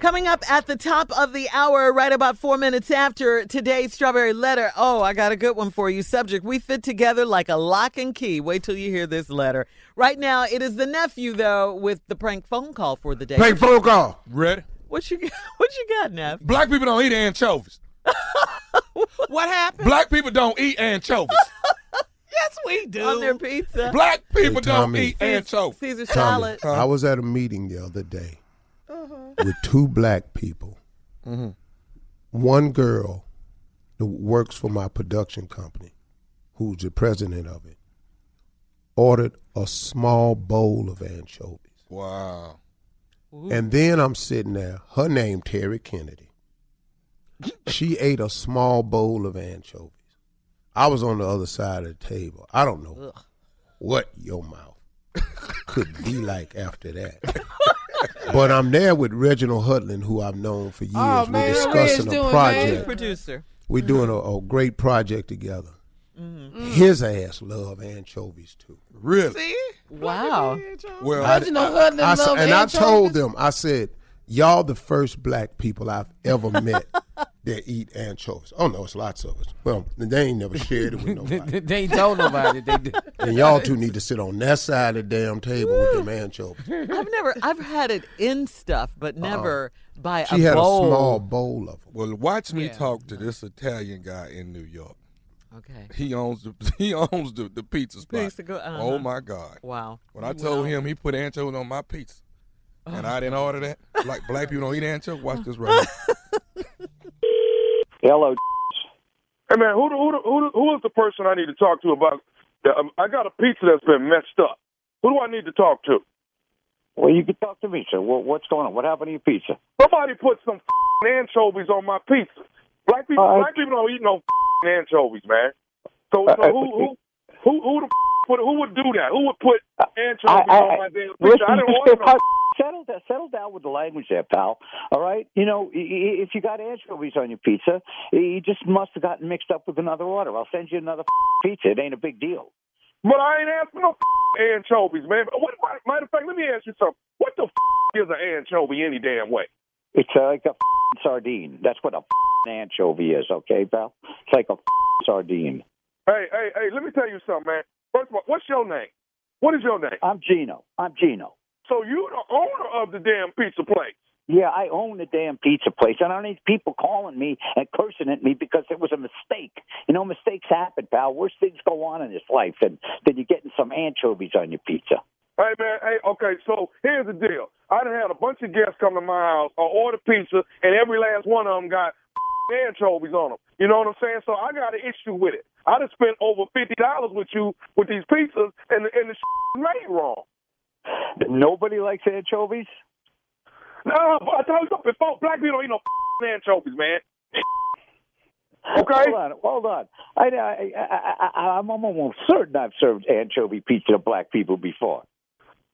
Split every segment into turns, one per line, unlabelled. Coming up at the top of the hour, right about four minutes after today's strawberry letter. Oh, I got a good one for you. Subject We fit together like a lock and key. Wait till you hear this letter. Right now, it is the nephew, though, with the prank phone call for the day.
Prank phone call.
Ready?
What you got? What you got, Neff?
Black people don't eat anchovies.
What happened?
Black people don't eat anchovies.
Yes, we do.
On their pizza.
Black people don't
Tommy.
eat anchovies.
Caesar
Tommy,
salad.
I was at a meeting the other day with two black people. One girl that works for my production company, who's the president of it, ordered a small bowl of anchovies.
Wow.
And then I'm sitting there, her name Terry Kennedy. She ate a small bowl of anchovies. I was on the other side of the table. I don't know what your mouth could be like after that. but I'm there with Reginald Hutland, who I've known for years.
Oh, man,
We're
what
discussing
Reg
a
doing, man?
project.
Producer.
We're doing a, a great project together.
Mm-hmm.
His ass love anchovies too.
Really?
See?
Wow.
Well,
I-
Reginald Hutland
I, s-
loved
and I
anchovies?
told them, I said, y'all the first black people I've ever met that eat anchovies. Oh no, it's lots of us. Well, they ain't never shared it with nobody.
they ain't told nobody. They did.
and y'all two need to sit on that side of the damn table with them anchovies.
I've never. I've had it in stuff, but never by
Uh-uh. She
a
had
bowl.
a small bowl of them.
well, watch me
Yeah.
talk to this Italian guy in New York.
Okay.
He owns the he owns the, the pizza spot.
Pizza go- uh-huh.
Oh my God.
Wow. Oh.
When I told him he put anchovies on my pizza. And I didn't order that. Like black people don't eat anchovies. Watch this right here.
Hello.
Hey man, who the- who the- who the- who is the person I need to talk to about? The, um, I got a pizza that's been messed up. Who do I need to talk to?
Well, you can talk to me, sir. What, what's going on? What happened to your pizza?
Somebody put some f***ing anchovies on my pizza. Black people,
Uh,
black people don't eat no f***ing anchovies, man. So, so
Uh, uh,
who who who who the f- would who would do that? Who would put anchovies
I, I,
on my
I,
damn
listen,
pizza? I didn't
you
order
still
no.
cut- settle, down, settle down with the language there, pal. All right? You know, i- i- if you got anchovies on your pizza, you just must have gotten mixed up with another order. I'll send you another pizza. It ain't a big deal.
But I ain't asking no f***ing anchovies, man. What, what, matter of fact, let me ask you something. What the f- is an anchovy any damn way?
It's uh, like a f***ing sardine. That's what a f***ing anchovy is, okay, pal? It's like a f***ing sardine.
Hey, hey, hey, let me tell you something, man. First of all, what's your name? What is your name?
I'm Gino. I'm Gino.
So you the owner of the damn pizza place.
Yeah, I own the damn pizza place, and I don't need people calling me and cursing at me because it was a mistake. You know, mistakes happen, pal. Worse things go on in this life than than you getting some anchovies on your pizza.
Hey man, hey, okay, so here's the deal. I done had a bunch of guests come to my house, I order pizza, and every last one of them got anchovies on them. You know what I'm saying? So I got an issue with it. I done spent over fifty dollars with you with these pizzas, and the, and the made wrong.
Nobody likes anchovies.
No, but I told you before, black people don't eat no anchovies, man. Okay.
Hold on, hold on. I, I, I, I, I'm almost certain I've served anchovy pizza to black people before.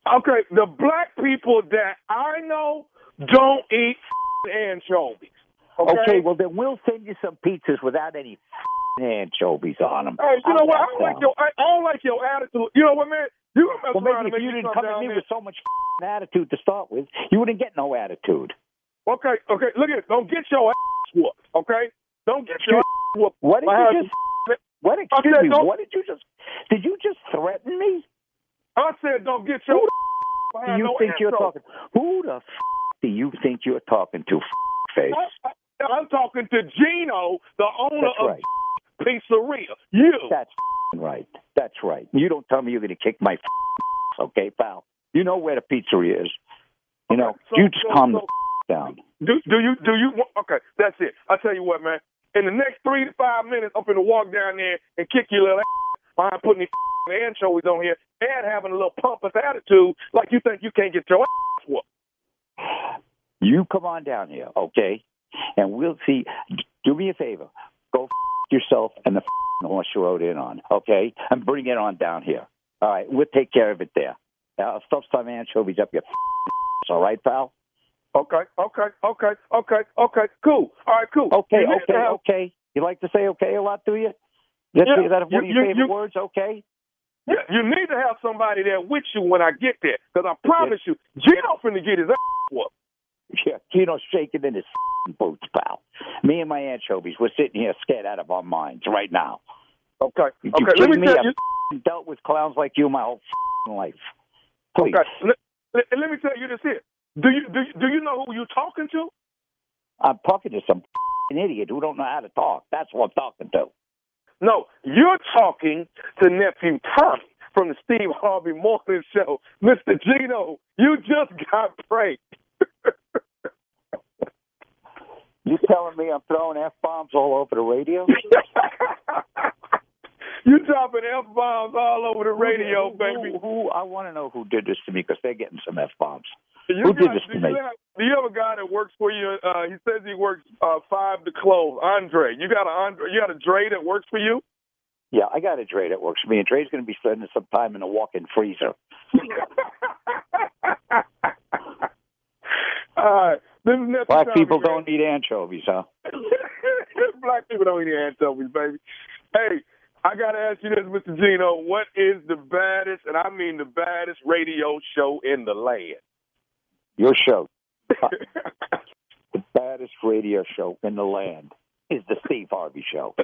Okay, the black people that I know don't eat anchovies. Okay.
Okay, well then we'll send you some pizzas without any anchovies on them.
hey, Oh, you know what? I don't like your I I don't like your attitude. You know what, man? You gonna mess
Well,
around
maybe if
and make
you
me
didn't come
come
at
down
me
there.
with so much f***ing attitude to start with, you wouldn't get no attitude.
Okay, okay. Look at don't get your ass whooped. Okay, don't get your ass whooped.
What did
My
you
husband-
just? What excuse
said
me?
don't-
What did you just? Did you just threaten me?
I said don't get your. ass
Do you
no
think you're
insult.
talking? Who the f- do you think you're talking to? f- Face.
I- I- I'm talking to Gino, the owner
That's
of
right.
Pizzeria. You.
That's f- right. That's right. You don't tell me you're going to kick my, f- okay, pal? You know where the pizzeria is. You know.
So-
you just
so-
calm the
so-
f- down.
Do do you do you want? Okay, that's it. I tell you what, man. In the next three to five minutes, I'm gonna walk down there and kick your little ass behind putting these anchovies on here and having a little pompous attitude like you think you can't get your ass whooped.
You come on down here, okay? And we'll see. Do me a favor. Go f- yourself and the f- horse you rode in on, okay? And bring it on down here. All right, we'll take care of it there. Uh, stuff some anchovies up your f- all right, pal?
Okay, okay, okay, okay, okay, cool. All right, cool.
Okay,
You need to
okay,
have-
okay. You like to say okay a lot, do you? That's
Yeah,
that one of
you-
your
you-
favorite
you-
words, okay?
yeah, You need to have somebody there with you when I get there, because I promise you, Gino finna get his ass whooped.
Yeah, Tino's shaking in his boots, pal. Me and my anchovies, we're sitting here scared out of our minds right now.
Okay.
You
Okay. Let me
kidding me?
tell
I've
you.
dealt with clowns like you my whole life. Please.
Okay. Let, let, let me tell you this here. Do you do you, do you know who you're talking to?
I'm talking to some idiot who don't know how to talk. That's who I'm talking to.
No, you're talking to nephew Tommy from the Steve Harvey Morning Show. Mr. Gino, you just got pranked.
You telling me I'm throwing f bombs all over the radio?
you dropping f bombs all over the radio,
who,
baby.
Who, who, I want to know who did this to me because they're getting some f bombs.
You
who did
got-
this
do
to
you
me?
have- Do you have a guy that works for you? Uh, he says he works uh, five to close. Andre, you got a Andre? You got a Dre that works for you?
Yeah, I got a Dre that works for me, and Dre's going to be spending some time in a walk-in freezer.
All right, this is nephew
Black
Tommy,
people
man.
don't need anchovies, huh?
Black people don't eat anchovies, baby. Hey, I gotta ask you this, Mr. Gino. What is the baddest, and I mean the baddest radio show in the land?
Your show, the baddest radio show in the land, is the Steve Harvey Show.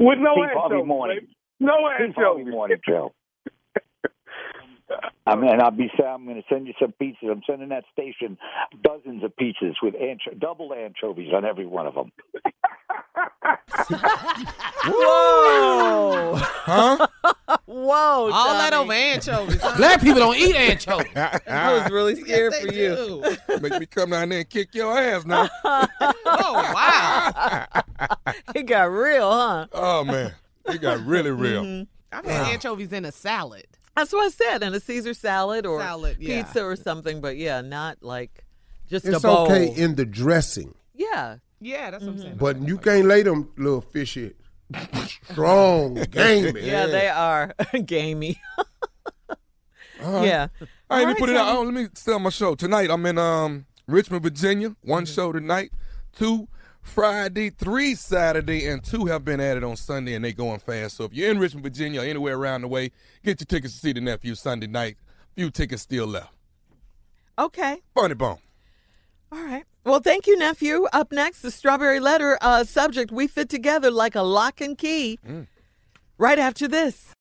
With no
Steve Harvey
anchovies,
morning.
baby. No
Steve Harvey
anchovies.
morning show. I mean, I'll be. I'm going to send you some pizzas. I'm sending that station dozens of pizzas with ancho- double anchovies on every one of them.
Whoa.
Huh?
Whoa.
All that
Tommy.
over anchovies. huh?
Black people don't eat anchovies.
I was really scared
Yes,
for
they
you.
do.
Make me come down there and kick your ass now.
Oh wow!
It got real, huh?
Oh man, it got really
Mm-hmm.
real.
I've had anchovies in a salad.
That's what I said. And a Caesar salad or
Salad, yeah.
pizza or something. But yeah, not like just
It's
a bowl.
okay in the dressing,
yeah.
Yeah, that's what I'm saying.
but you can't lay them little fishy strong gamey.
Yeah, they are gamey.
All right.
Yeah.
All
All
right, let me put
right,
it out.
Tommy.
Oh, let me sell my show tonight. I'm in um Richmond, Virginia. One
Mm-hmm.
show tonight, two Friday, three Saturday, and two have been added on Sunday, and they going fast. So if you're in Richmond, Virginia, or anywhere around the way, get your tickets to see the nephew Sunday night. Few tickets still left.
Okay.
Funny bone.
All right. Well, thank you, nephew. Up next, the strawberry letter uh, subject. We fit together like a lock and key. Right after this.